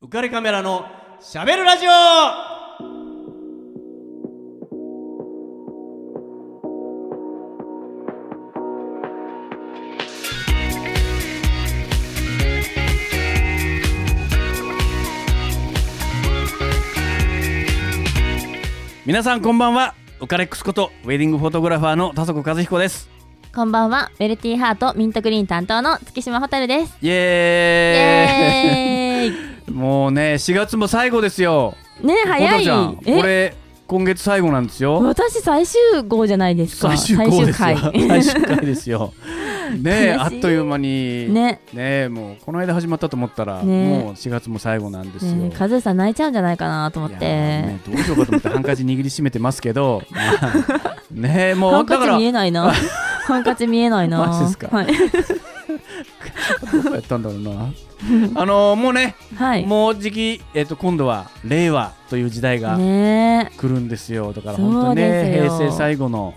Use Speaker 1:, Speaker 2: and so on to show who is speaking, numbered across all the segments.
Speaker 1: 浮かれカメラのしゃべるラジオ皆さんこんばんはウカレックスことウェディングフォトグラファーの田底和彦です
Speaker 2: こんばんは、メルティーハートミントグリーン担当の月島ホタルです。
Speaker 1: イ
Speaker 2: イ
Speaker 1: エーイ
Speaker 2: エーイ。
Speaker 1: もうね4月も最後ですよ
Speaker 2: ね 早
Speaker 1: ポタ
Speaker 2: い。
Speaker 1: ちゃんこれ今月最後なんですよ
Speaker 2: 私最終号じゃないですか。
Speaker 1: 最終号ですよ
Speaker 2: 最終
Speaker 1: 最終回ですよねえあ
Speaker 2: 悲
Speaker 1: っ
Speaker 2: しい
Speaker 1: という間に
Speaker 2: 回ね。
Speaker 1: ねえもうこの間始まったと思ったら、
Speaker 2: ねえ
Speaker 1: もう4月も最後なんですよ。
Speaker 2: ね、カズーさん泣いちゃうんじゃないかなと思っ
Speaker 1: いや
Speaker 2: て。
Speaker 1: ねどうしようかと思ってハンカチ握りしめてますけど まあねえ
Speaker 2: ハ
Speaker 1: もう
Speaker 2: ンカ
Speaker 1: だか
Speaker 2: チ
Speaker 1: ら
Speaker 2: 見えないな。 ハンカチ見えないな。
Speaker 1: マジですか
Speaker 2: はい。
Speaker 1: どうやったんだろうなあのもうね、
Speaker 2: はい。
Speaker 1: もうじき、えっと今度は令和という時代が
Speaker 2: ね
Speaker 1: 来るんですよだから本当ね
Speaker 2: そうです
Speaker 1: 平
Speaker 2: よ
Speaker 1: 成最後の、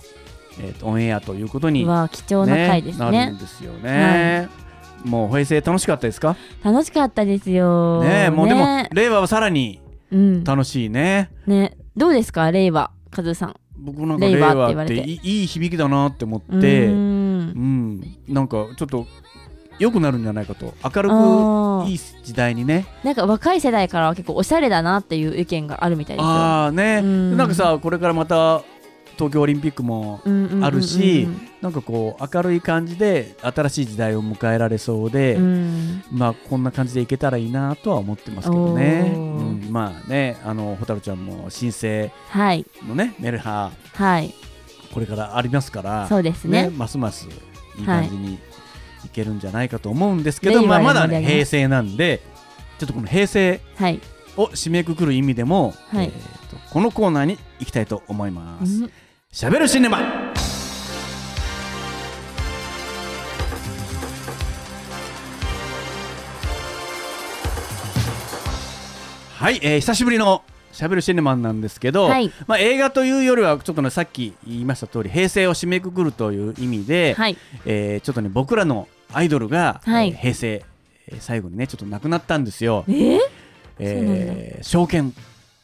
Speaker 1: えっとオンエアということ
Speaker 2: え。
Speaker 1: に、
Speaker 2: わあ貴重な回です
Speaker 1: なる
Speaker 2: ね
Speaker 1: んですよね。もう平成楽しかったですか
Speaker 2: 楽しかったですよ。
Speaker 1: ねえもうでも
Speaker 2: ね
Speaker 1: 令和はさらに
Speaker 2: うん。
Speaker 1: 楽しいね。
Speaker 2: ね、どうですか、令和、カズーさん。
Speaker 1: 僕なんか
Speaker 2: レ
Speaker 1: 令
Speaker 2: イバー
Speaker 1: 和っ
Speaker 2: ってて言われ
Speaker 1: い
Speaker 2: て
Speaker 1: いいい響きだなって思って
Speaker 2: う
Speaker 1: う
Speaker 2: ー
Speaker 1: ん、
Speaker 2: ん。
Speaker 1: なんかちょっと良くなるんじゃないかと明る
Speaker 2: あ
Speaker 1: く
Speaker 2: ー
Speaker 1: いい時代にね
Speaker 2: なんか若い世代からは結構おしゃれだなっていう意見があるみたいですよ。
Speaker 1: ああね、
Speaker 2: うん
Speaker 1: なんかさこれからまた東京オリンピックも
Speaker 2: うんうんうんうん
Speaker 1: あるしなんかこう明るい感じで新しい時代を迎えられそうで、
Speaker 2: うん
Speaker 1: まあこんな感じでいけたらいいなとは思ってますけどね、う
Speaker 2: おー
Speaker 1: ん、まあねあの蛍ちゃんも新生
Speaker 2: はい
Speaker 1: のねメルハ
Speaker 2: はい
Speaker 1: これからありますから
Speaker 2: そうです
Speaker 1: ね
Speaker 2: ね
Speaker 1: ますますいい感じにいけるんじゃないかと思うんですけど、
Speaker 2: 令
Speaker 1: ま
Speaker 2: 和
Speaker 1: あ、
Speaker 2: に
Speaker 1: まだ
Speaker 2: 盛り
Speaker 1: ね
Speaker 2: 上げます
Speaker 1: 平成なんでちょっとこの平成
Speaker 2: はい、
Speaker 1: を締めくくる意味でも、
Speaker 2: はい
Speaker 1: えーとこのコーナーに行きたいと思います。
Speaker 2: うん
Speaker 1: しゃべるシネマはい、えー久しぶりのしゃべるシネマなんですけど、
Speaker 2: はい
Speaker 1: まあ、映画というよりはちょっとねさっき言いました通り平成を締めくくるという意味で、
Speaker 2: はい
Speaker 1: えーちょっとね僕らのアイドルが、
Speaker 2: はい
Speaker 1: えー平成えー最後にねちょっと亡くなったんですよ
Speaker 2: え。ー、そうなんだ
Speaker 1: えー証券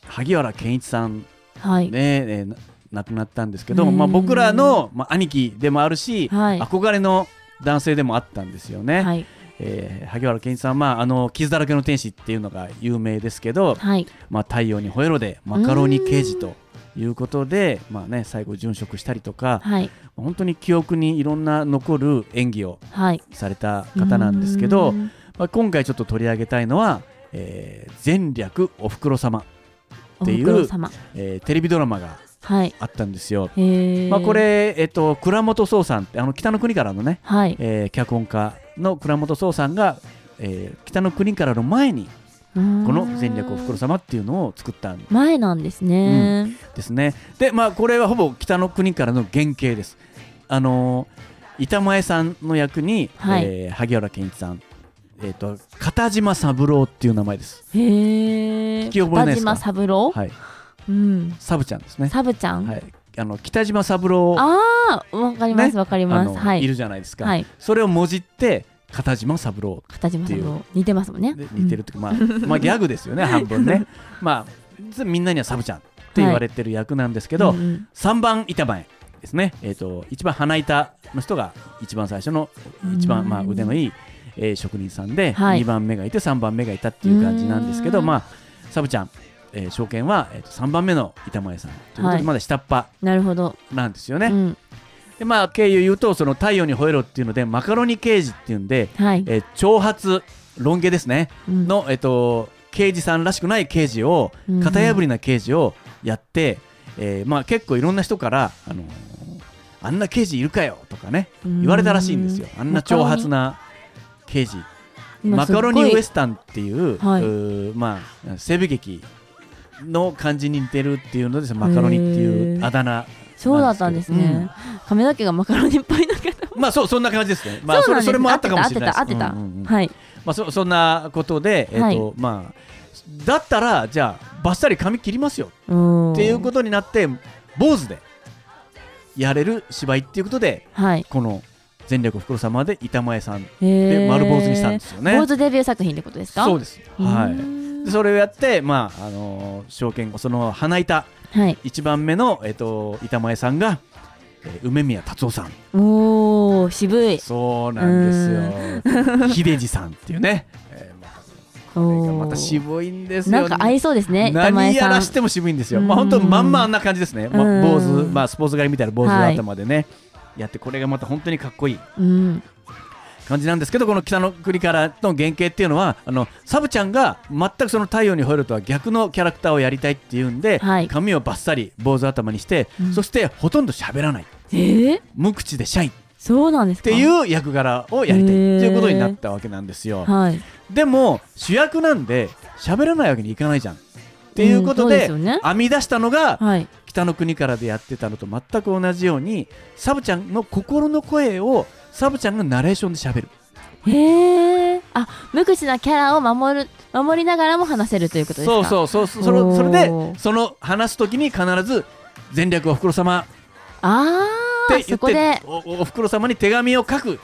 Speaker 1: 萩原健一さん
Speaker 2: はい、
Speaker 1: ねえーな亡くなったんですけど、
Speaker 2: うん
Speaker 1: まあ、僕らの、まあ、兄貴でもあるし、
Speaker 2: はい
Speaker 1: 憧れの男性でもあったんですよね。
Speaker 2: はい
Speaker 1: えー萩原健一さんは、まあ、あの傷だらけの天使っていうのが有名ですけど、
Speaker 2: はい
Speaker 1: まあ、太陽に吠えろでマカロニ刑事ということで、まあね、最後殉職したりとか
Speaker 2: はい
Speaker 1: 本当に記憶にいろんな残る演技を
Speaker 2: はい
Speaker 1: された方なんですけど
Speaker 2: うー、ん
Speaker 1: まあ、今回ちょっと取り上げたいのは「えー前略おふくろ様
Speaker 2: お
Speaker 1: っていう
Speaker 2: ふくろ様」
Speaker 1: えーテレビドラマが
Speaker 2: はい
Speaker 1: あったんですよ。
Speaker 2: へー
Speaker 1: まあ、これ、えっと、倉本壮さんってあの北の国からのね、
Speaker 2: はい
Speaker 1: えー脚本家の倉本壮さんが、えー北の国からの前に
Speaker 2: こ
Speaker 1: この「前略おふくろ様」
Speaker 2: 様
Speaker 1: っていうのを作ったん
Speaker 2: 前なんですね、
Speaker 1: ですね。で、まあ、これはほぼ北の国からの原型です。あのー板前さんの役に、
Speaker 2: はい
Speaker 1: えー萩原健一さん、えー、と片島三郎っていう名前です。
Speaker 2: へえ
Speaker 1: 聞き覚えないですか
Speaker 2: 北島三郎、
Speaker 1: はい、
Speaker 2: うん
Speaker 1: サブちゃんですね。
Speaker 2: サブちゃん、
Speaker 1: はい、あの北島三郎あ
Speaker 2: ああわかります
Speaker 1: ね
Speaker 2: わ、かります
Speaker 1: の、、
Speaker 2: はいい
Speaker 1: るじゃないですか。
Speaker 2: はい
Speaker 1: それをもじって片島三郎
Speaker 2: 片島
Speaker 1: っ
Speaker 2: 三
Speaker 1: てい
Speaker 2: 郎似てますもんね
Speaker 1: で似てるっていうか、まあ、まあギャグですよね 半分ね。まあみんなにはサブちゃんって言われてる役なんですけ
Speaker 2: け
Speaker 1: ど、
Speaker 2: うんうん
Speaker 1: 3番板前ですね、えー、と一番鼻板の人が一番最初の一
Speaker 2: う
Speaker 1: 番
Speaker 2: ん
Speaker 1: まあ腕のいい、えー職人さんで、
Speaker 2: はい
Speaker 1: 2番目がいて3番目がいたっていう感じなんですけど、
Speaker 2: うん
Speaker 1: まあ、サブちゃん、えー証券は、えー、と3番目の板前さんということ
Speaker 2: は
Speaker 1: で
Speaker 2: い
Speaker 1: まだ下っ端
Speaker 2: なるほど、
Speaker 1: なんですよね。
Speaker 2: うん、
Speaker 1: でまあ経由言うとその太陽に吠えろっていうのでマカロニ刑事っていうんで、
Speaker 2: はい、
Speaker 1: えー挑発ロン毛ですね
Speaker 2: うん
Speaker 1: の、えっと、刑事さんらしくない刑事を型破りな刑事をやって、えーまあ、結構いろんな人から、あのーあんな刑事いるかよとかね言われたらしいんですよあんな挑発な刑事マカロニウエ
Speaker 2: ス
Speaker 1: スタンっていう,、
Speaker 2: はいう
Speaker 1: ーまあ、西部劇の感じに似てるっていうのでそのマカロニってい
Speaker 2: へ
Speaker 1: う
Speaker 2: ー
Speaker 1: あだ名
Speaker 2: そうだったんですね、
Speaker 1: うん
Speaker 2: 髪の毛がマカロニっぽいのかと
Speaker 1: まあそうそんな感じですね、まあ、
Speaker 2: う
Speaker 1: それ
Speaker 2: なんです
Speaker 1: それもあったかもしれないです
Speaker 2: 合ってた合ってた、
Speaker 1: うんうんうん
Speaker 2: はい
Speaker 1: まあ、そそんなことで、えっと
Speaker 2: はい
Speaker 1: まあ、だったらじゃあばっさり髪切りますよっていうこととになって坊主でやれる芝居っていうことで
Speaker 2: はい
Speaker 1: この「全力おふくろ様」で板前さん
Speaker 2: へ
Speaker 1: で
Speaker 2: ー
Speaker 1: 丸坊主にしたんですよね。
Speaker 2: 坊主デビュー作品ってことですか
Speaker 1: そう
Speaker 2: う
Speaker 1: です、は
Speaker 2: ー
Speaker 1: い、
Speaker 2: ん
Speaker 1: でそれをやって、まああのー証券その花板
Speaker 2: はい。
Speaker 1: 一番目の、えっと板前さんが、えー梅宮達夫さん
Speaker 2: おー、渋い。
Speaker 1: そうなんですよ秀治さんっていう ね、えーまあこれがまた渋いんですよ
Speaker 2: なんか合いそうですね、板前
Speaker 1: 何や
Speaker 2: さ
Speaker 1: ら
Speaker 2: ん
Speaker 1: し。ても渋いんですよ、
Speaker 2: うん
Speaker 1: まあ本当まんまあんな感じですね、ま
Speaker 2: うん
Speaker 1: あ、坊主、まあ、スポーツ狩りみたいな坊主の
Speaker 2: はい
Speaker 1: 頭でね、やってこれがまた本当にかっこいい
Speaker 2: うん。
Speaker 1: 感じなんですけどこの北の国からの原型っていうのはあのサブちゃんが全くその太陽に吠えるとは逆のキャラクターをやりたいっていうんで、
Speaker 2: はい
Speaker 1: 髪をバッサリ坊主頭にして、
Speaker 2: うん
Speaker 1: そしてほとんど喋らない
Speaker 2: えー、
Speaker 1: 無口でシャイっ
Speaker 2: そうなんですか
Speaker 1: ていう役柄をやりたいっていうことになったわけなんですよ。
Speaker 2: はい。っ
Speaker 1: でも主役なんで喋らないわけにいかないじゃんっていうことで,、
Speaker 2: そうですよね。
Speaker 1: 編み出したのが
Speaker 2: はい。
Speaker 1: 北の国からでやってたのと全く同じようにサブちゃんの心の声をサブちゃんがナレーションで喋る
Speaker 2: へえ。あ、無口なキャラを守る、守りながらも話せるということですか。
Speaker 1: そう
Speaker 2: う。
Speaker 1: そうそうそれ
Speaker 2: おー
Speaker 1: それでその話す時に必ず「前略おふくろ様」
Speaker 2: あ
Speaker 1: っ
Speaker 2: あ、
Speaker 1: て言
Speaker 2: そ
Speaker 1: っ
Speaker 2: こで
Speaker 1: て。おおふくろ様に手紙を書く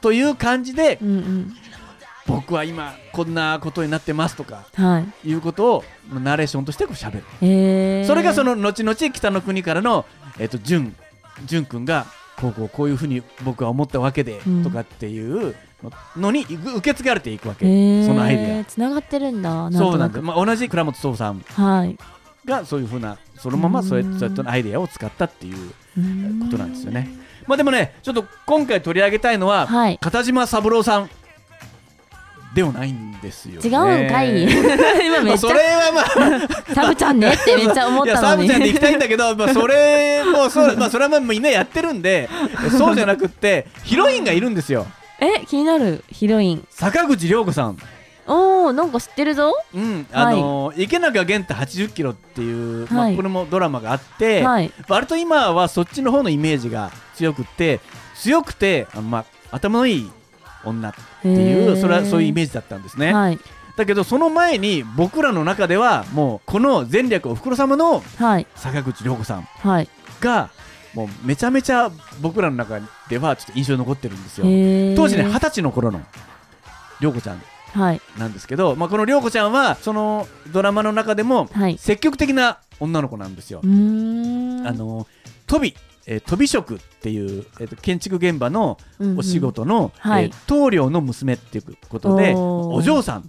Speaker 1: という感じで
Speaker 2: うん
Speaker 1: 「僕は今こんなことになってます」とか
Speaker 2: うん。はい。
Speaker 1: いうことをナレーションとしてこう喋る。
Speaker 2: へえ。
Speaker 1: それがその後々北の国からの、えっと淳淳君がこうこうこういうふうに僕は思ったわけで、
Speaker 2: うん
Speaker 1: とかっていうのに受け継がれていくわけ、
Speaker 2: へー、
Speaker 1: そのアイデ
Speaker 2: つながってるんだ。
Speaker 1: ア
Speaker 2: と
Speaker 1: そうなん
Speaker 2: く
Speaker 1: です、まあ、同じ倉本壮さん
Speaker 2: はい。
Speaker 1: がそういうふうなそのままそうやっ
Speaker 2: うん
Speaker 1: そうやってアイデアを使ったっていう
Speaker 2: こ
Speaker 1: ことなんですよね。まあ、でもねちょっと今回取り上げたいのは、
Speaker 2: はい。
Speaker 1: 片島三郎さんではないんですよ、ね、
Speaker 2: 違うんかい。 今
Speaker 1: ま
Speaker 2: め
Speaker 1: あ
Speaker 2: っち
Speaker 1: そ
Speaker 2: ゃ
Speaker 1: れはまあ
Speaker 2: サブちゃんねってめっちゃ思っ
Speaker 1: いや
Speaker 2: た
Speaker 1: サ
Speaker 2: の
Speaker 1: ブ
Speaker 2: に。
Speaker 1: ちゃんで行きたいんだけど、まあ、それもそう、まあ、それはもうみんなやってるん でそうじゃなくってヒロインがいるんですよ
Speaker 2: え、気になるヒロイン。
Speaker 1: 坂口涼子さん、
Speaker 2: おー、なんか知ってるぞ。
Speaker 1: うんあのー池永玄太8 0キロっていう、まあ
Speaker 2: はい
Speaker 1: これもドラマがあって、
Speaker 2: はい。
Speaker 1: 割と今はそっちの方のイメージが強くって強くて、あのまあ、頭のいい女ってい
Speaker 2: へ
Speaker 1: う
Speaker 2: ー
Speaker 1: それはそういうイメージだったんですね、
Speaker 2: はい。
Speaker 1: だけどその前に僕らの中ではもうこの前略おふくろ様の
Speaker 2: はい。
Speaker 1: 坂口涼子さん
Speaker 2: はい。
Speaker 1: がもうめちゃめちゃ僕らの中ではちょっと印象に残ってるんですよ
Speaker 2: へー
Speaker 1: 当時ね二十歳の頃の涼子ちゃん
Speaker 2: はい。
Speaker 1: なんですけど、まあ、この涼子ちゃんはそのドラマの中でも
Speaker 2: はい。
Speaker 1: 積極的な女の子なんですよ
Speaker 2: う。ーん。
Speaker 1: あ、の飛び、えー、飛び職っていう、えーと建築現場のお仕。事の、
Speaker 2: は
Speaker 1: え
Speaker 2: い
Speaker 1: ー棟梁の娘っていうことで
Speaker 2: おー
Speaker 1: お嬢さん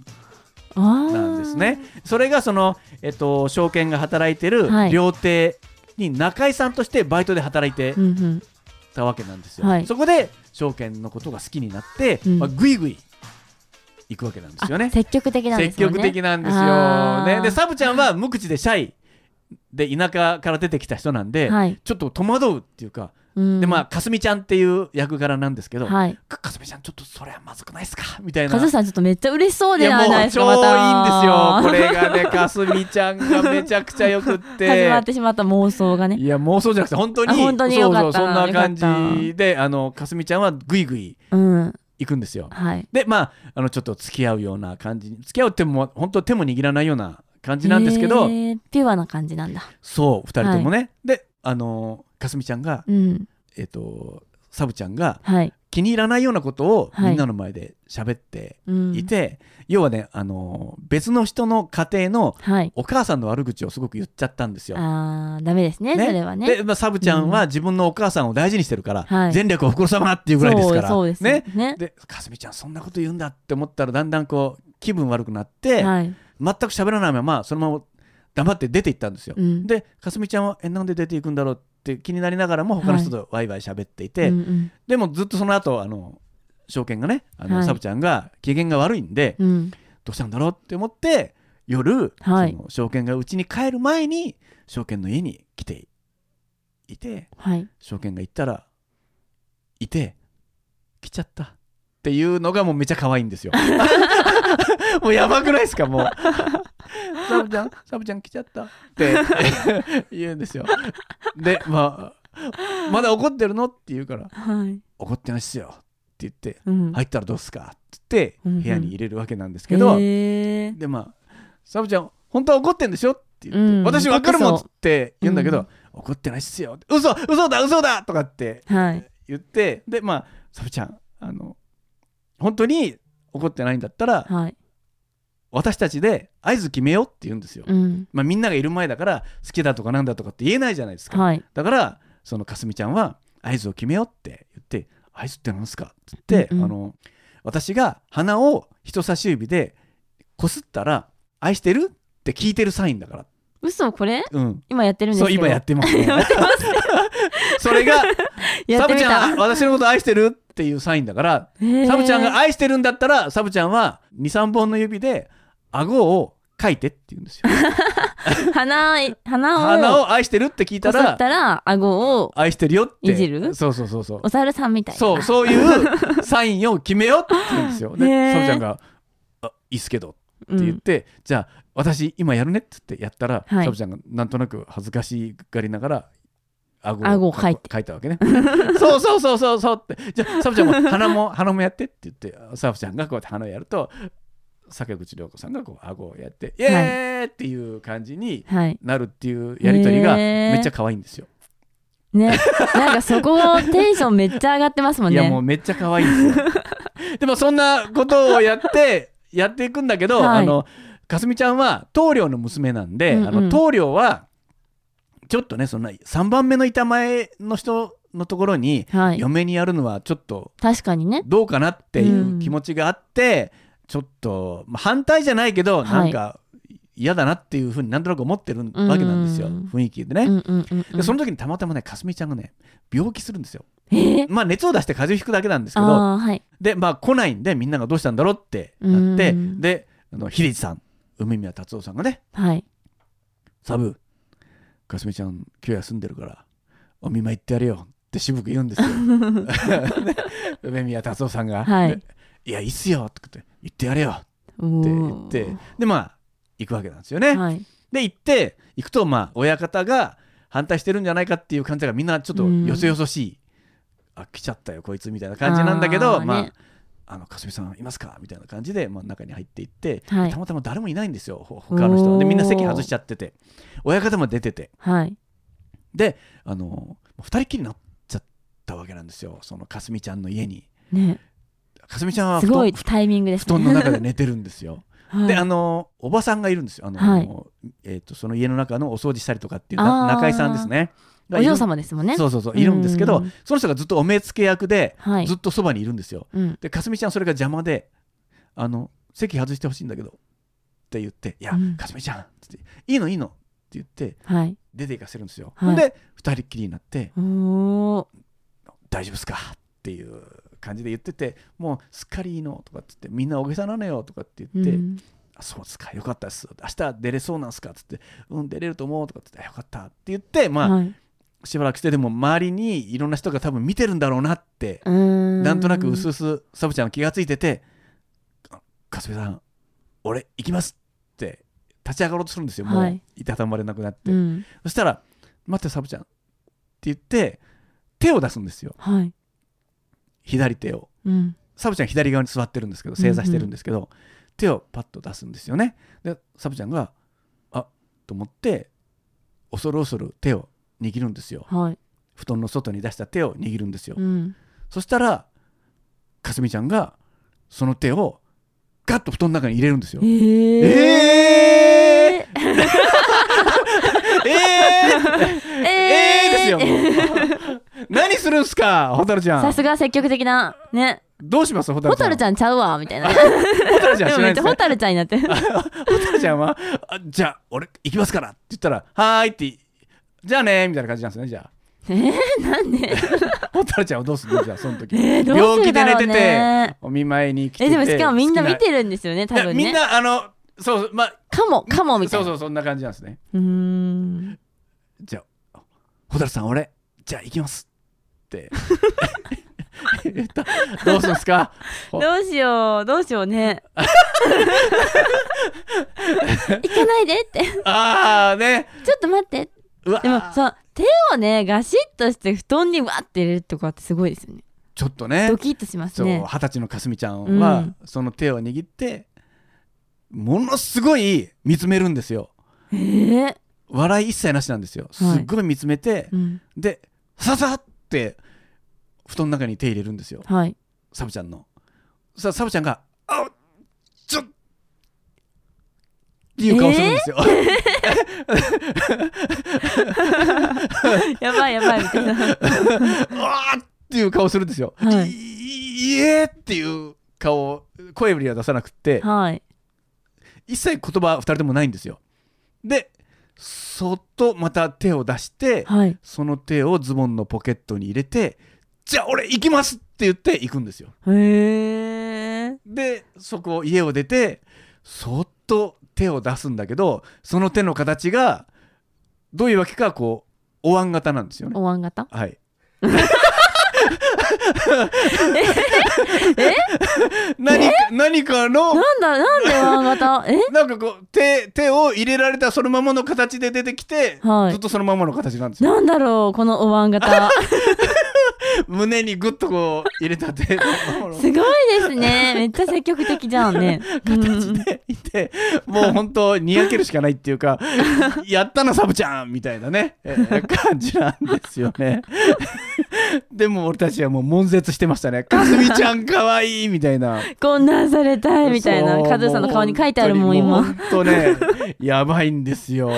Speaker 2: あー
Speaker 1: なんですね。それがその、えっと証券が働いてる
Speaker 2: はい
Speaker 1: 料亭に中井さんとしてバイトで働いて
Speaker 2: うん
Speaker 1: ったわけなんですよ、
Speaker 2: はい
Speaker 1: そこで証券のことが好きになって、
Speaker 2: うん
Speaker 1: まあ、ぐいぐい行くわけなんですよ
Speaker 2: うん。
Speaker 1: ね
Speaker 2: 積極的なんです
Speaker 1: 積
Speaker 2: よね。
Speaker 1: 極的なんです
Speaker 2: あ
Speaker 1: よ、
Speaker 2: ー
Speaker 1: ね、でサブちゃんは無口でシャイで田舎から出てきた人なんで、
Speaker 2: はい。
Speaker 1: ちょっと戸惑うっていうか、
Speaker 2: うん
Speaker 1: でまあかすみちゃんっていう役柄なんですけど、
Speaker 2: はい。
Speaker 1: かかすみちゃんちょっとそれはまずくないですかみたいな
Speaker 2: カズさんちょっとめっちゃ嬉しそう
Speaker 1: い
Speaker 2: で
Speaker 1: や
Speaker 2: はない
Speaker 1: もう
Speaker 2: ですか
Speaker 1: 超
Speaker 2: また
Speaker 1: いいんですよこれがねかすみちゃんがめちゃくちゃよくって
Speaker 2: 始まってしまった妄想がね
Speaker 1: いや妄想じゃなくて本当に
Speaker 2: あ本当に
Speaker 1: そう
Speaker 2: よ
Speaker 1: そ
Speaker 2: か
Speaker 1: う
Speaker 2: った
Speaker 1: そんな感
Speaker 2: よか
Speaker 1: じであのかすみちゃんはぐいぐい
Speaker 2: うん
Speaker 1: 行くんですよ
Speaker 2: はい
Speaker 1: でまああのちょっと付き合うような感じに付き合うっても本当手も握らないような感じなんですけど、
Speaker 2: へーピュアな感じなんだ
Speaker 1: そう2人ともね、であのかすみちゃんが
Speaker 2: うん
Speaker 1: えっ、とサブちゃんが
Speaker 2: はい、
Speaker 1: 気に入らないようなことを
Speaker 2: はい
Speaker 1: みんなの前で喋って
Speaker 2: うん、
Speaker 1: いて、要はねあの別の人の家庭の
Speaker 2: はい
Speaker 1: お母さんの悪口をすごく言っちゃったんですよ。
Speaker 2: あーダメですねそれはね
Speaker 1: で、まあ、サブちゃんは自分のお母さんを大事にしてるから、
Speaker 2: はい
Speaker 1: 前略おふくろ様っていうぐらいですから
Speaker 2: そうそうです
Speaker 1: ね
Speaker 2: ねね
Speaker 1: でかすみちゃんそんなこと言うんだって思ったらだんだんこう気分悪くなって、
Speaker 2: はい
Speaker 1: 全く喋らないままそのまま黙って出て行ったんですよ、
Speaker 2: うん
Speaker 1: でかすみちゃんはえなんで出ていくんだろうって気になりながらも他の人とワイワイ喋っていて、
Speaker 2: うんうん
Speaker 1: でもずっとその後あの証券がねあの、
Speaker 2: はい
Speaker 1: サブちゃんが機嫌が悪いんで、
Speaker 2: うん
Speaker 1: どうしたんだろうって思って夜、
Speaker 2: はい
Speaker 1: その証券が家に帰る前に証券の家に来ていて
Speaker 2: はい
Speaker 1: 証券が行ったらいて来ちゃったっていうのがもうめちゃ可愛いんです よもうやばくないですかもうサブちゃんサブちゃん来ちゃったって 言うんですよでまあまだ怒ってるのって言うから
Speaker 2: はい
Speaker 1: 怒ってないっすよって言って
Speaker 2: うん
Speaker 1: 入ったらどうっすかって言
Speaker 2: うん
Speaker 1: っ
Speaker 2: うん
Speaker 1: て部屋に入れるわけなんですけど、
Speaker 2: へー
Speaker 1: でまあサブちゃん本当は怒ってんでしょって言って、
Speaker 2: うん
Speaker 1: 私わかるもんっつって言うんだけど、
Speaker 2: うん
Speaker 1: 怒ってないっすよ嘘嘘だ嘘だとかって
Speaker 2: はい
Speaker 1: 言ってでまあサブちゃんあの本当に怒ってないんだったら
Speaker 2: はい
Speaker 1: 私たちで合図決めようって言うんですよ、
Speaker 2: うん。
Speaker 1: まあ、みんながいる前だから好きだとかなんだとかって言えないじゃないですか、
Speaker 2: はい。
Speaker 1: だからそのかすみちゃんは合図を決めようって言って合図ってなんすかって言って、
Speaker 2: うんうん
Speaker 1: あの私が鼻を人差し指でこすったら愛してるって聞いてるサインだから
Speaker 2: 嘘これ
Speaker 1: うん
Speaker 2: 今やってるんです
Speaker 1: そう
Speaker 2: けど。
Speaker 1: 今やってます ね それが
Speaker 2: や
Speaker 1: サ
Speaker 2: って
Speaker 1: ブ
Speaker 2: み
Speaker 1: ちゃん
Speaker 2: た。
Speaker 1: 私のこと愛してるっていうサインだからサブちゃんが
Speaker 2: あ
Speaker 1: 愛してるんだったらサブちゃんは23本の指で顎を書いてって言うんですよ
Speaker 2: 鼻い、鼻を。
Speaker 1: 鼻を愛してるって聞いた
Speaker 2: こすっ
Speaker 1: ら
Speaker 2: たら、顎を、
Speaker 1: 愛してるよって
Speaker 2: いじる
Speaker 1: そうそうそうそう
Speaker 2: お猿さんみたいな。
Speaker 1: そうそういうサインを決めようって言うんですよ。で
Speaker 2: へー
Speaker 1: サブちゃんが「あいいっすけど」って言って、じゃあ私今やるね」っつってやったら、
Speaker 2: はい
Speaker 1: サブちゃんがなんとなく恥ずかしがりながら顎
Speaker 2: 顎を描いて
Speaker 1: たわけね。 そうそうそうそうそうってじゃあサブちゃんも鼻も鼻もやってって言ってサブちゃんがこうやって鼻をやると坂口涼子さんがこう顎をやって「イエーイ!」っていう感じに
Speaker 2: うん。はい。
Speaker 1: なるっていうやりとりが
Speaker 2: へー
Speaker 1: めっちゃ可愛いんですよ。
Speaker 2: ね。なんかそこ、テンションめっちゃ上がってますもん
Speaker 1: い
Speaker 2: ね。
Speaker 1: やもうめっちゃ可愛いん ですよでもそんなことをやって やっていくんだけど、
Speaker 2: はい
Speaker 1: あのかすみちゃんは棟梁の娘なんで、
Speaker 2: うんうん
Speaker 1: あの棟梁はちょっとねそんな3番目の板前の人のところに
Speaker 2: はい。
Speaker 1: 嫁にやるのはちょっと
Speaker 2: 確かにね。
Speaker 1: どうかなっていううん気持ちがあって、ちょっと、まあ、反対じゃないけど、
Speaker 2: はい
Speaker 1: なんか嫌だなっていうふうになんとなく思ってるわけなんですよ、
Speaker 2: うん
Speaker 1: 雰囲気でね。
Speaker 2: うんうんうんうん。
Speaker 1: でその時にたまたまねかすみちゃんがね病気するんですよ。
Speaker 2: えー
Speaker 1: まあ熱を出して風邪をひくだけなんですけど
Speaker 2: ああ、はい。
Speaker 1: でまあ来ないんでみんながどうしたんだろうってなって
Speaker 2: うん
Speaker 1: であの秀治さん梅宮達夫さんがね
Speaker 2: はい。
Speaker 1: 「サブかすみちゃん今日休んでるからお見舞い行ってやれよ」って渋く言うんです よ。ね梅宮達夫さんが「
Speaker 2: はい
Speaker 1: でいやいいっすよ」とかって「行ってやれよ」って言
Speaker 2: お
Speaker 1: っ
Speaker 2: ー
Speaker 1: てでまあ行くわけなんですよね。
Speaker 2: はい。
Speaker 1: で行って行くとまあ親方が反対してるんじゃないかっていう感じがみんなちょっとよそよそしい、あ来ちゃったよこいつみたいな感じなんだけど
Speaker 2: あー
Speaker 1: ま
Speaker 2: ね
Speaker 1: ああのかすみさんいますかみたいな感じで、まあ、中に入っていって、
Speaker 2: はい
Speaker 1: た。またま誰もいないんですよほ他の人はでみんな席外しちゃってて親方も出てて
Speaker 2: はい。
Speaker 1: であの2人きりになっちゃったわけなんですよそのかすみちゃんの家に
Speaker 2: ね。
Speaker 1: かすみちゃんは
Speaker 2: す
Speaker 1: 布
Speaker 2: ご
Speaker 1: 団
Speaker 2: いタイミングで
Speaker 1: 布
Speaker 2: す
Speaker 1: 団
Speaker 2: ね。
Speaker 1: の中で寝てるんですよ
Speaker 2: はい
Speaker 1: であのおばさんがいるんですよあの、
Speaker 2: はい
Speaker 1: えー、とその家の中のお掃除したりとかっていう
Speaker 2: あ
Speaker 1: な
Speaker 2: ー
Speaker 1: 中井さんですねが
Speaker 2: お嬢
Speaker 1: い
Speaker 2: 様ですもん
Speaker 1: る
Speaker 2: ね。
Speaker 1: そうそうそういるんですけど
Speaker 2: うん
Speaker 1: その人がずっとお目付け役で、
Speaker 2: はい
Speaker 1: ずっとそばにいるんですよ
Speaker 2: うん。
Speaker 1: でかすみちゃんそれが邪魔であの席外してほしいんだけどって言って「いや、
Speaker 2: うん
Speaker 1: かすみちゃん」っつって「いいのいいの」って言って
Speaker 2: はい。
Speaker 1: 出て行かせるんですよ、
Speaker 2: はい
Speaker 1: で二人っきりになって
Speaker 2: おお。
Speaker 1: 「大丈夫っすか?」っていう感じで言ってて「もうすっかりいいの」とかって言って「みんな大げさなのよ」とかって言って、
Speaker 2: うん
Speaker 1: あそうですかよかったです明日出れそうなんですかっつってうん出れると思うとかって言ってあよかったって言ってまあ、
Speaker 2: はい。
Speaker 1: しばらくしてでも周りにいろんな人が多分見てるんだろうなって、な
Speaker 2: なん
Speaker 1: となくうすうすサブちゃんは気がついててあ「かすみさん俺行きます」って立ち上がろうとするんですよもう、
Speaker 2: はい
Speaker 1: い、たたまれなくなって、
Speaker 2: うん。
Speaker 1: そしたら「待ってサブちゃん」って言って手を出すんですよ
Speaker 2: はい。
Speaker 1: 左手を
Speaker 2: うん。
Speaker 1: サブちゃん左側に座ってるんですけど正座してるんですけど、手をパッと出すんですよねでサブちゃんがあっと思って恐る恐る手を握るんですよ
Speaker 2: はい。
Speaker 1: 布団の外に出した手を握るんですよ、
Speaker 2: うん。
Speaker 1: そしたらかすみちゃんがその手をガッと布団の中に入れるんですよ
Speaker 2: え
Speaker 1: え
Speaker 2: ー
Speaker 1: え
Speaker 2: え
Speaker 1: ー、
Speaker 2: ー
Speaker 1: えー、えー、ですよもう何するんすか蛍ちゃ
Speaker 2: さ
Speaker 1: ん
Speaker 2: すが積極的な。ね。
Speaker 1: どうします蛍ち
Speaker 2: ホ
Speaker 1: ゃ
Speaker 2: タ
Speaker 1: ん
Speaker 2: ルちゃんちゃうわ、みたいな。
Speaker 1: 蛍ちゃんし
Speaker 2: で
Speaker 1: な
Speaker 2: もめ
Speaker 1: い
Speaker 2: っ
Speaker 1: で
Speaker 2: ち
Speaker 1: すね
Speaker 2: ゃホタルちゃんになってる。
Speaker 1: 蛍ちゃんは「あじゃあ俺行きますから」って言ったら「はーい」って「じゃあね」みたいな感じなんですねじゃ
Speaker 2: えー、なんで
Speaker 1: あ蛍ちゃんはどうするのじゃあその時、
Speaker 2: えーどう
Speaker 1: 病
Speaker 2: す
Speaker 1: 気
Speaker 2: る
Speaker 1: で
Speaker 2: だ
Speaker 1: 寝
Speaker 2: ろう
Speaker 1: て
Speaker 2: ね
Speaker 1: てお見舞いに来てて
Speaker 2: え、でもしかもみんな見
Speaker 1: る
Speaker 2: てるんですよね、多分
Speaker 1: みん
Speaker 2: ね。
Speaker 1: なあのそうまあ
Speaker 2: かも、かも、みた
Speaker 1: そ
Speaker 2: いうな。
Speaker 1: そううそんな感じなんですね
Speaker 2: ーん。
Speaker 1: じゃあ蛍さん俺じゃあ行きますって言ったどうするんですかほ
Speaker 2: どうしよう、どうしよ うね。行かないでって。
Speaker 1: ああね
Speaker 2: ちょっと待って。
Speaker 1: うわ
Speaker 2: でもさ、手をね、ガシッとして布団にわって入れるとかってすごいですよね。
Speaker 1: ちょっとね
Speaker 2: ドキッとします
Speaker 1: そう
Speaker 2: ね。
Speaker 1: 二十歳のかすみちゃんは、
Speaker 2: うん
Speaker 1: その手を握ってものすごい見つめるんですよ
Speaker 2: えー、
Speaker 1: 笑い一切なしなんですよす
Speaker 2: はい
Speaker 1: っごい見つめて、
Speaker 2: うん。
Speaker 1: でささって布団の中に手入れるんですよ
Speaker 2: はい。
Speaker 1: サブちゃんのさサブちゃんが「あちょっっていう顔するんですよ。
Speaker 2: やばいやばいみたいな。
Speaker 1: うわーっていう顔するんですよ。
Speaker 2: はい
Speaker 1: いいえっていう顔を声には出さなくって
Speaker 2: はい。
Speaker 1: 一切言葉2人ともないんですよ。でそっとまた手を出して、
Speaker 2: はい。
Speaker 1: その手をズボンのポケットに入れて「じゃあ俺行きます!」って言って行くんですよ。
Speaker 2: へえ。
Speaker 1: でそこ家を出てそっと手を出すんだけどその手の形がどういうわけかこうお椀型なんですよね。
Speaker 2: お椀型
Speaker 1: はい。 何か何かの
Speaker 2: なんだ、なんでお椀型え
Speaker 1: なんかこう手手を入れられたそのままの形で出てきて、
Speaker 2: はい
Speaker 1: ずっとそのままの形なんですよ。
Speaker 2: なんだろうこのお椀 型。
Speaker 1: 胸にグッとこう入れた手のままの
Speaker 2: すごいですね。めっちゃ積極的じゃんね。
Speaker 1: 形でいて、もう本当にやけるしかないっていう かやったなサブちゃんみたいなね、えー感じなんですよ ねでも俺たちはもう悶絶してましたね「かすみちゃんかわいい」みたいな
Speaker 2: うんこんなんされたいみたいな。
Speaker 1: そう
Speaker 2: カズーさんの顔に書いてあるもん、
Speaker 1: もう
Speaker 2: 今。
Speaker 1: 本当にもう本当ねやばいんですよ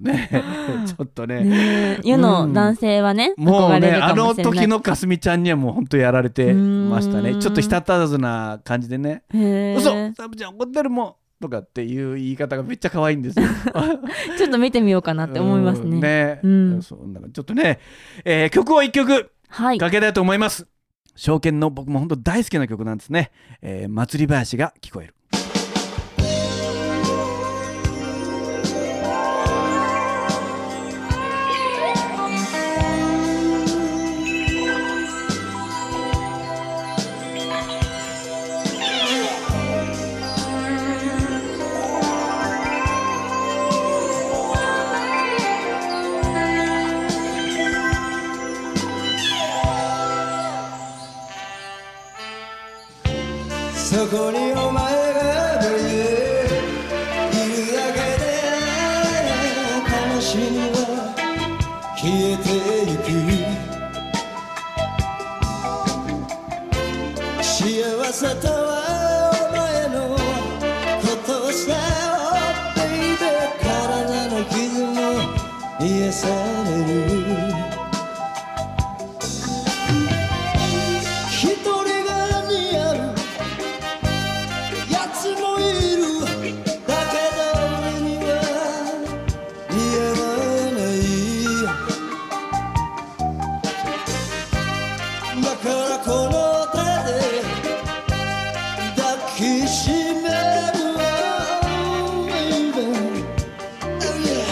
Speaker 1: ね ちょっとね
Speaker 2: ねえ世の男性はね、
Speaker 1: もう
Speaker 2: 憧れ
Speaker 1: ね、
Speaker 2: る
Speaker 1: あ
Speaker 2: かも
Speaker 1: の
Speaker 2: しれない。
Speaker 1: 時のかすみちゃんにはもう本当やられてました
Speaker 2: うー
Speaker 1: ね。
Speaker 2: ん
Speaker 1: ちょっとひたたずな感じでね、
Speaker 2: へえ
Speaker 1: 嘘サブちゃん怒ってるもんとかっていう言い方がめっちゃ可愛いん ですよ。
Speaker 2: ちょっと見てみようかなって思います
Speaker 1: う
Speaker 2: ね。
Speaker 1: んね、
Speaker 2: うん
Speaker 1: そんなのちょっとね、えー曲を一曲
Speaker 2: はい。
Speaker 1: かけたいと思います。証券の僕も本当大好きな曲なんですね。えー祭り林が聞こえる。
Speaker 3: そこにお前がいるいるだけで悲しみは消えてゆく幸せとはお前のことさをベイベー体の傷も癒される一人が似合うやつもいるだけど俺には似合わないだからこの手で抱きしめるわ baby Oh yeah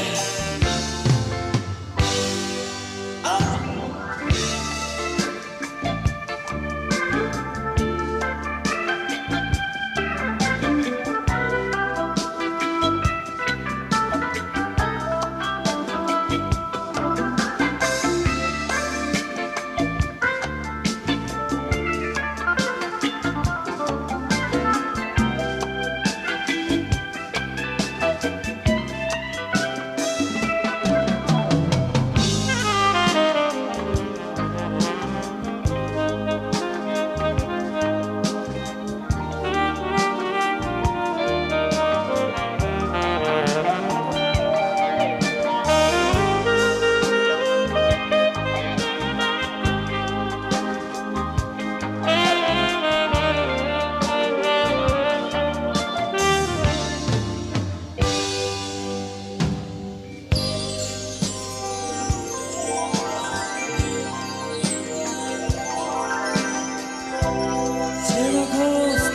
Speaker 3: 背中を突き抜ける Oh baby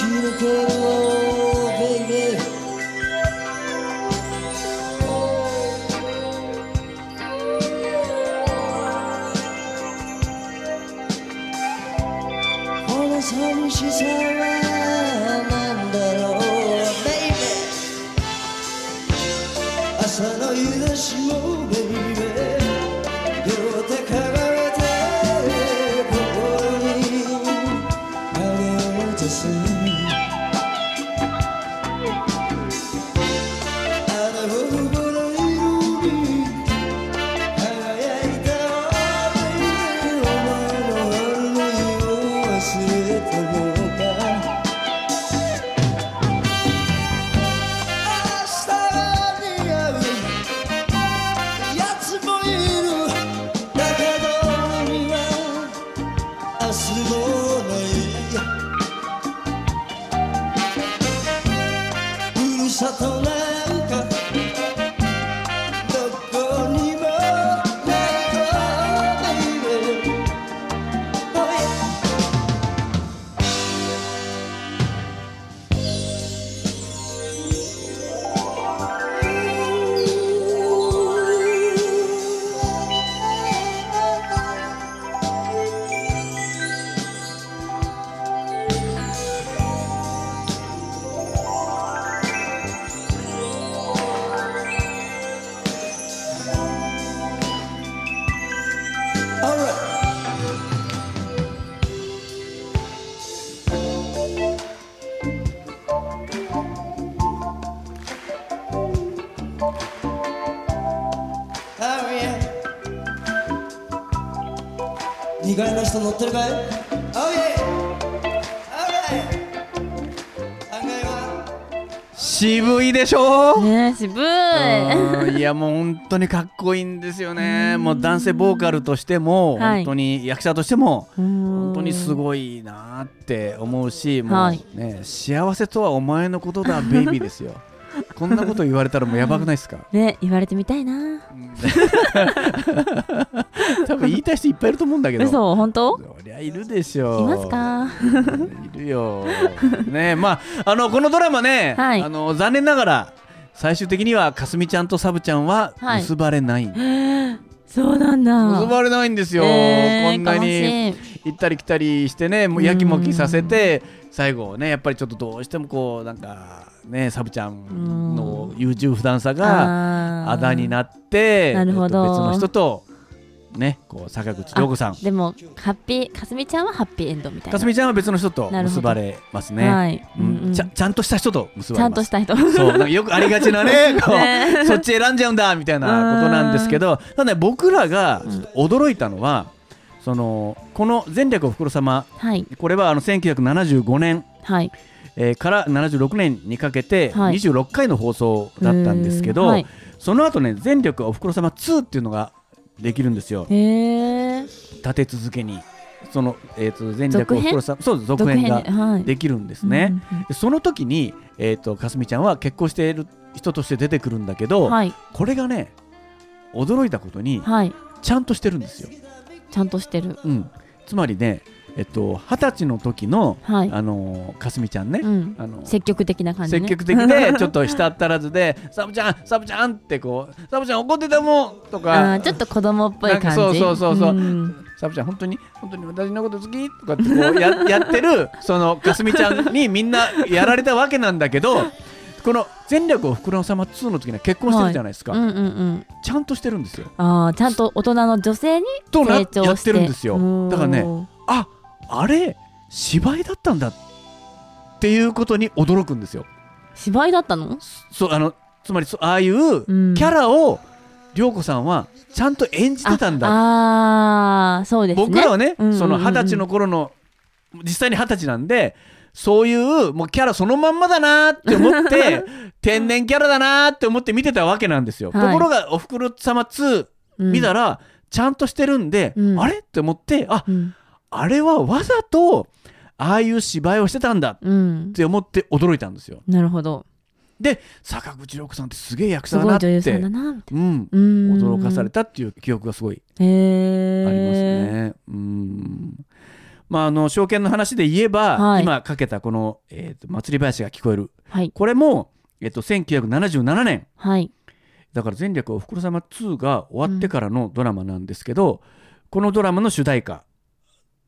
Speaker 3: この寂しさは何だろう baby 朝の日差しも baby 両手輝いて心に影を落とすあの頬の色に輝いたお前の悪いを忘れてもた明日里なんかどこにもないこと言えるおいあらあーいや二階の人乗ってるかいあいあい案外は
Speaker 1: 渋いでしょ
Speaker 2: ねえ渋い
Speaker 1: うんいやもう本当にかっこいいんですよ ねもう男性ボーカルとしても
Speaker 2: はい
Speaker 1: 本当に役者としても
Speaker 2: 本
Speaker 1: 本当にすごいなーって思うしも
Speaker 2: はいう
Speaker 1: ね幸せとはお前のこと だベイビーですよこんなこと言われたらもうやばくないです か
Speaker 2: ね言われてみたいな
Speaker 1: 多分言いたい人いっぱいいると思うんだけど
Speaker 2: 嘘本当
Speaker 1: そりゃいるでしょう
Speaker 2: いますか
Speaker 1: いるよねまああのこのドラマね、
Speaker 2: はい
Speaker 1: あの残念ながら最終的にはかすみちゃんとサブちゃんは
Speaker 2: はい
Speaker 1: 結ばれない、
Speaker 2: そうなんだ
Speaker 1: 結ばれないんですよ、
Speaker 2: えー
Speaker 1: こんなに
Speaker 2: 悲しい
Speaker 1: 行ったり来たりしてねもう
Speaker 2: うん
Speaker 1: やきもきさせて最後ねやっぱりちょっとどうしてもこうなんかねサブちゃんの優柔不断さがあだにな
Speaker 2: っ
Speaker 1: って
Speaker 2: なるほど
Speaker 1: えっと別の人とねこう坂口涼子さん
Speaker 2: でもハッピーかすみちゃんはハッピーエンドみたいな
Speaker 1: かすみちゃんは別の人と
Speaker 2: なるほ
Speaker 1: 結
Speaker 2: ど
Speaker 1: ばれますね、
Speaker 2: はい
Speaker 1: うん
Speaker 2: うんうん
Speaker 1: ちゃちゃんとした人と結ば
Speaker 2: ち
Speaker 1: れま
Speaker 2: ゃ
Speaker 1: す
Speaker 2: んとした人
Speaker 1: そうなんかよくありがちなねこう
Speaker 2: ね
Speaker 1: そっち選んじゃうんだみたいなことなんですけどただね僕らがちょっと驚いたのは、そのこの「前略おふくろ様
Speaker 2: はい」
Speaker 1: これはあの1975年、
Speaker 2: はい
Speaker 1: えーから76年にかけて
Speaker 2: はい
Speaker 1: 26回の放送だったんですけど、
Speaker 2: うーんはい
Speaker 1: その後ね「前略おふくろ様2」っていうのができるんですよ
Speaker 2: へえ
Speaker 1: 立て続けにその、えー、と前略
Speaker 2: 続
Speaker 1: おふ
Speaker 2: 編
Speaker 1: くろ様そうです続編が
Speaker 2: はい
Speaker 1: できるんですね。
Speaker 2: うんうん
Speaker 1: でその時に、えー、とかすみちゃんは結婚している人として出てくるんだけ
Speaker 2: う
Speaker 1: ど、
Speaker 2: んはい
Speaker 1: これがね驚いたことに
Speaker 2: はい
Speaker 1: ちゃんとしてるんですよ。
Speaker 2: ちゃんとしてる
Speaker 1: うん、つまりねえっと二十歳の時の、
Speaker 2: はい
Speaker 1: あのーかすみちゃんね、
Speaker 2: うん
Speaker 1: あのー
Speaker 2: 積極的な感じ
Speaker 1: 積
Speaker 2: ね
Speaker 1: 極的 でちょっと舌足らずで「サブちゃんサブちゃん」ってこう「サブちゃん怒ってたもん」と
Speaker 2: あー
Speaker 1: か
Speaker 2: ちょっと子供っぽい感じ
Speaker 1: なんかそうそうそうそうんサブちゃん本当に本当に私のこと好きとかってこうや やってるそのかすみちゃんにみんなやられたわけなんだけ どこの「全力おふくろ様2」の時には結婚してるじゃないですか、
Speaker 2: うんうんうん
Speaker 1: ちゃんとしてるんですよ。
Speaker 2: ああちゃんと大人の女性に
Speaker 1: とな
Speaker 2: 成
Speaker 1: や
Speaker 2: 長
Speaker 1: っ
Speaker 2: して
Speaker 1: てるんですよだからね
Speaker 2: ね
Speaker 1: ああれ芝居だったんだっていうことに驚くんですよ。
Speaker 2: 芝居だったの
Speaker 1: そうあのつまりそああいうキ
Speaker 2: うん
Speaker 1: ャラを涼子さんはちゃんと演じてたんだ
Speaker 2: ああーそうですね
Speaker 1: 僕らはね、
Speaker 2: うんうんうん
Speaker 1: その二十歳の頃の実際に二十歳なんでそういうもうキャラそのまんまだなーって思って 天然キャラだなーって思って見てたわけなんですよ、
Speaker 2: は
Speaker 1: と
Speaker 2: い
Speaker 1: ころが「おふくろ様2」
Speaker 2: うん
Speaker 1: 見たら、ちゃんとしてるんで、
Speaker 2: うん
Speaker 1: あれって思ってあ
Speaker 2: うん
Speaker 1: あれはわざとああいう芝居をしてたんだっ
Speaker 2: うん
Speaker 1: て思って驚いたんですよ
Speaker 2: なるほど
Speaker 1: で坂口涼子さんってすげえ役
Speaker 2: す
Speaker 1: 者だなっ
Speaker 2: ごい女優さ
Speaker 1: て
Speaker 2: んだなみたい
Speaker 1: うん
Speaker 2: なうん
Speaker 1: 驚かされたっていう記憶がすごい
Speaker 2: へ
Speaker 1: あります
Speaker 2: え
Speaker 1: ね。うん。まああの証券の話で言えば、
Speaker 2: はい
Speaker 1: 今かけたこの、えーと祭り林が聞こえる
Speaker 2: はい
Speaker 1: これも、えっと1977年
Speaker 2: はい
Speaker 1: だから「前略おふくろ様2」が終わってからのドラマなんですけど、このドラマの主題歌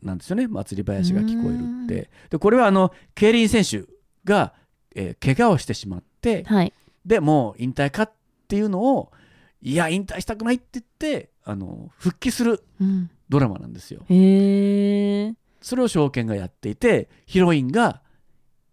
Speaker 1: なんですよね「祭り林が聞こえる」って。でこれはあの競輪選手が、えー怪我をしてしまって
Speaker 2: はい
Speaker 1: でもう引退かっていうのをいや引退したくないって言ってあの復帰する
Speaker 2: うん
Speaker 1: ドラマなんですよ。
Speaker 2: へえ
Speaker 1: それを証券がやっていてヒロインが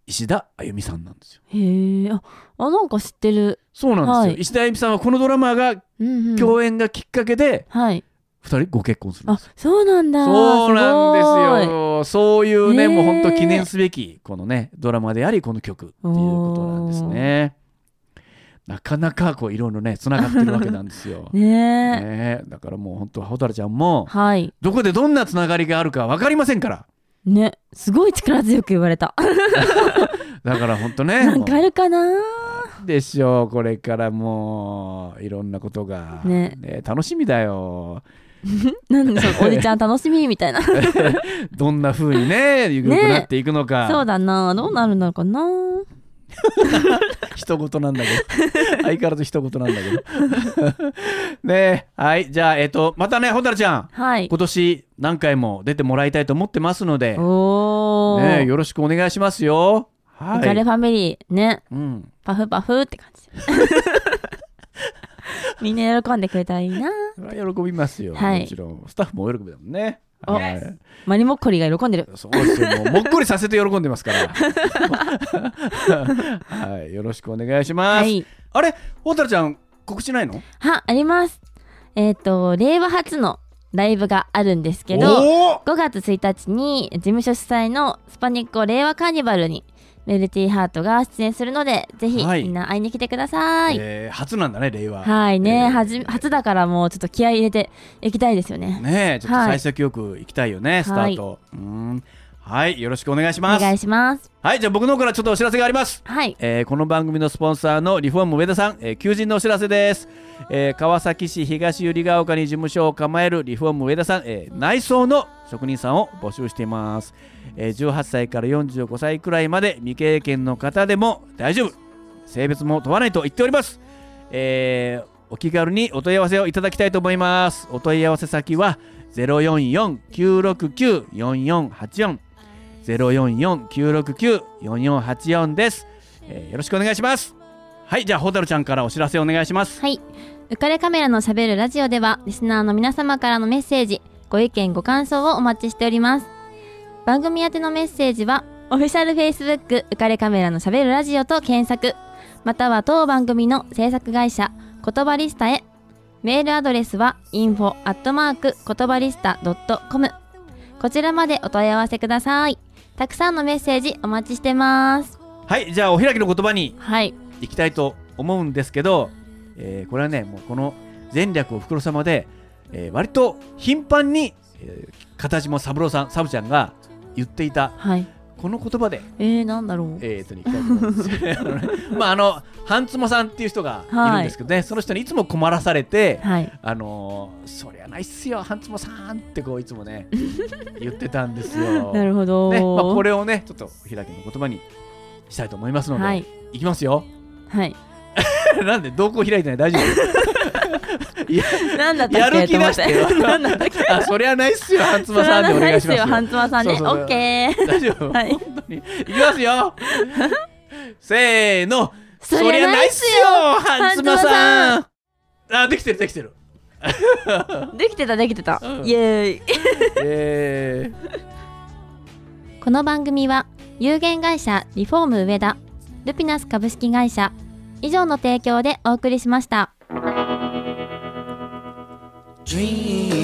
Speaker 1: 石田あゆみさんなんですよ
Speaker 2: へえああなんか知ってる
Speaker 1: そうなんですよ、
Speaker 2: はい
Speaker 1: 石田あゆみさんはこのドラマが
Speaker 2: うんうん
Speaker 1: 共演がきっかけで
Speaker 2: はい
Speaker 1: 2人ご結婚するんで
Speaker 2: あ
Speaker 1: す、
Speaker 2: そうなんだ
Speaker 1: そうなんです
Speaker 2: ごい
Speaker 1: よそういうね、
Speaker 2: ねえ
Speaker 1: もう本当記念すべきこのねドラマでありこの曲っていうことなんですねなかなかこういろいろねつながってるわけなんですよ
Speaker 2: ねえ
Speaker 1: ねえだからもう本当ほたるちゃんも
Speaker 2: はい
Speaker 1: どこでどんなつながりがあるか分かりませんから
Speaker 2: ね すごい力強く言われた
Speaker 1: だから本当ね
Speaker 2: なんかあるかな
Speaker 1: もうでしょうこれからもういろんなことが、
Speaker 2: ね
Speaker 1: 楽しみだよ
Speaker 2: なんでそのおじちゃん楽しみみたいなそ
Speaker 1: どんな風にねゆくゆくなっていくのか、
Speaker 2: うだなどうなるんだろうかな
Speaker 1: 人事なんだけ ど相変わらず人事なんだけど ねえはいじゃあえっ、とまたねほたるちゃん
Speaker 2: はい
Speaker 1: 今年何回も出てもらいたいと思ってますので、
Speaker 2: おお、
Speaker 1: ねえ、よろしくお願いしますよは
Speaker 2: イカレ
Speaker 1: い、
Speaker 2: ファミリーね
Speaker 1: うん、
Speaker 2: パフパフって感 じみんな喜んでくれたらいいな
Speaker 1: それは喜びますよ、
Speaker 2: はい
Speaker 1: もちろんスタッフもお喜びだもんね
Speaker 2: お
Speaker 1: はい
Speaker 2: マリモッコリが喜んでる
Speaker 1: そうですよもうもっこりさせて喜んでます からはいよろしくお願いします、
Speaker 2: はい
Speaker 1: あれほたるちゃん告知ないの
Speaker 2: はありますえっ、と令和初のライブがあるんですけど
Speaker 1: おー
Speaker 2: 5月1日に事務所主催のスパニッコ令和カーニバルにメルティーハートが出演するのでぜひ
Speaker 1: はい
Speaker 2: みんな会いに来てください、はい
Speaker 1: えー初なんだね令和
Speaker 2: ね、
Speaker 1: えー
Speaker 2: はじ初だからもうちょっと気合い入れていきたいですよね
Speaker 1: ねえちょっと
Speaker 2: はい
Speaker 1: 最先よく行きたいよね、スタートうーんはいよろしくお願いしま
Speaker 2: お
Speaker 1: す
Speaker 2: 願いします
Speaker 1: はいじゃあ僕の方からちょっとお知らせがあります
Speaker 2: はい
Speaker 1: えーこの番組のスポンサーのリフォーム上田さん、えー求人のお知らせです、えー川崎市東百合ヶ丘に事務所を構えるリフォーム上田さん、えー内装の職人さんを募集しています、えー18歳から45歳くらいまで未経験の方でも大丈夫性別も問わないと言っております、えーお気軽にお問い合わせをいただきたいと思いますお問い合わせ先は044-969-4484 044-969-4484ですえーよろしくお願いしますはいじゃあ蛍ちゃんからお知らせお願いします
Speaker 2: はい。浮かれカメラのしゃべるラジオでは、リスナーの皆様からのメッセージ、ご意見、ご感想をお待ちしております。番組宛てのメッセージは、オフィシャル Facebook 浮かれカメラのしゃべるラジオと検索、または当番組の制作会社、言葉リスタへ。メールアドレスは info アットマーク言葉リスタ .com こちらまでお問い合わせください。たくさんのメッセージお待ちしてます。
Speaker 1: はいじゃあお開きの言葉に
Speaker 2: はい。
Speaker 1: 行きたいと思うんですけど、えーこれはねもうこの前略おふくろ様で、えー割と頻繁に、えー、片島三郎さんサブちゃんが言っていた
Speaker 2: はい。
Speaker 1: この言葉で
Speaker 2: えー、なんだろう。
Speaker 1: えー、とに行きたいと思うんですよあのねまああの半妻さんっていう人がいるんですけどね、その人にいつも困らされて
Speaker 2: はい。
Speaker 1: あのーそりゃないっすよ半妻さんってこういつもね言ってたんですよ
Speaker 2: なるほど。
Speaker 1: ねまあ、これをねちょっとお開きの言葉にしたいと思いますので、
Speaker 2: はいい、
Speaker 1: きますよ
Speaker 2: はい。
Speaker 1: なんで瞳孔開いてない大丈夫 いや
Speaker 2: なんだったっけ
Speaker 1: やる気出してよ
Speaker 2: と思って なんだったっけ
Speaker 1: あそりゃないっすよ半妻さんでお願いしますよ
Speaker 2: 半妻さんね。オ
Speaker 1: そうそうそう
Speaker 2: ッケー。
Speaker 1: 大丈夫、
Speaker 2: はい
Speaker 1: 本当にいきます よせーの
Speaker 2: そりゃないっすよ
Speaker 1: 半妻さんあできてるできてる
Speaker 2: できてたできてた。
Speaker 1: うん
Speaker 2: イエーイ。
Speaker 1: え
Speaker 2: この番組は有限会社リフォーム上田ルピナス株式会社以上の提供でお送りしました。
Speaker 3: Dream